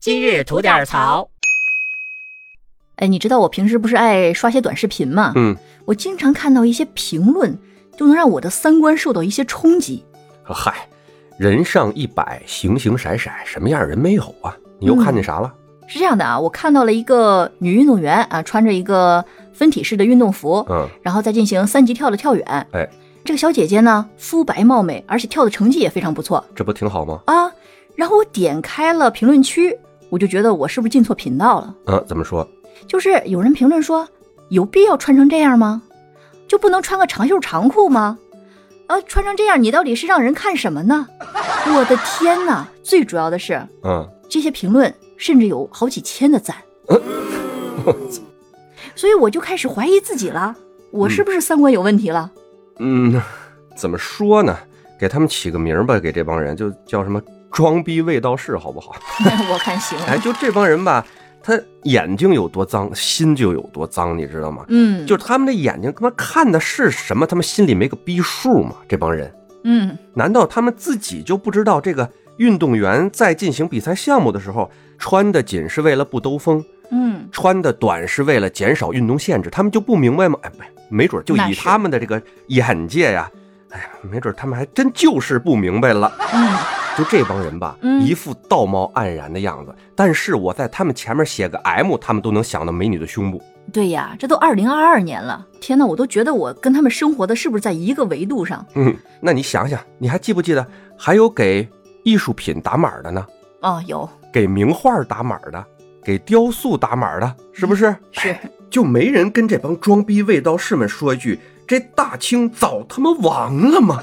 今日吐点槽。哎，你知道我平时不是爱刷些短视频吗？嗯，我经常看到一些评论，就能让我的三观受到一些冲击。嗨，人上一百，形形色色，什么样人没有啊？你又看见啥了？是这样的啊，我看到了一个女运动员啊，穿着一个分体式的运动服，嗯，然后再进行三级跳的跳远。哎，这个小姐姐呢，肤白貌美，而且跳的成绩也非常不错这不挺好吗？啊。然后我点开了评论区，我就觉得我是不是进错频道了？嗯，怎么说？就是有人评论说，有必要穿成这样吗？就不能穿个长袖长裤吗？啊，穿成这样，你到底是让人看什么呢？ 我的天哪！最主要的是，嗯，这些评论甚至有好几千的赞，所以我就开始怀疑自己了，我是不是三观有问题了？ 嗯， 怎么说呢？给他们起个名儿吧，给这帮人就叫什么“装逼卫道士”好不 好？我看行，哎，就这帮人吧，他眼睛有多脏，心就有多脏，你知道吗？嗯，就是他们这眼睛他妈看的是什么，他们心里没个逼数吗？这帮人。嗯，难道他们自己就不知道这个运动员在进行比赛项目的时候，穿的紧是为了不兜风，嗯，穿的短是为了减少运动限制？他们就不明白吗？哎，没没准就那以是他们的这个眼界呀、哎呀，没准他们还真就是不明白了。嗯，就这帮人吧，嗯一副道貌岸然的样子，但是我在他们前面写个 M，他们都能想到美女的胸部。对呀，这都二零二二年了，天哪，我都觉得我跟他们生活的是不是在一个维度上嗯，那你想想，你还记不记得还有给艺术品打码的呢？啊、有给名画打码的，给雕塑打码的，是不是？是哎，就没人跟这帮装逼卫道士们说一句：“这大清早他妈亡了吗？”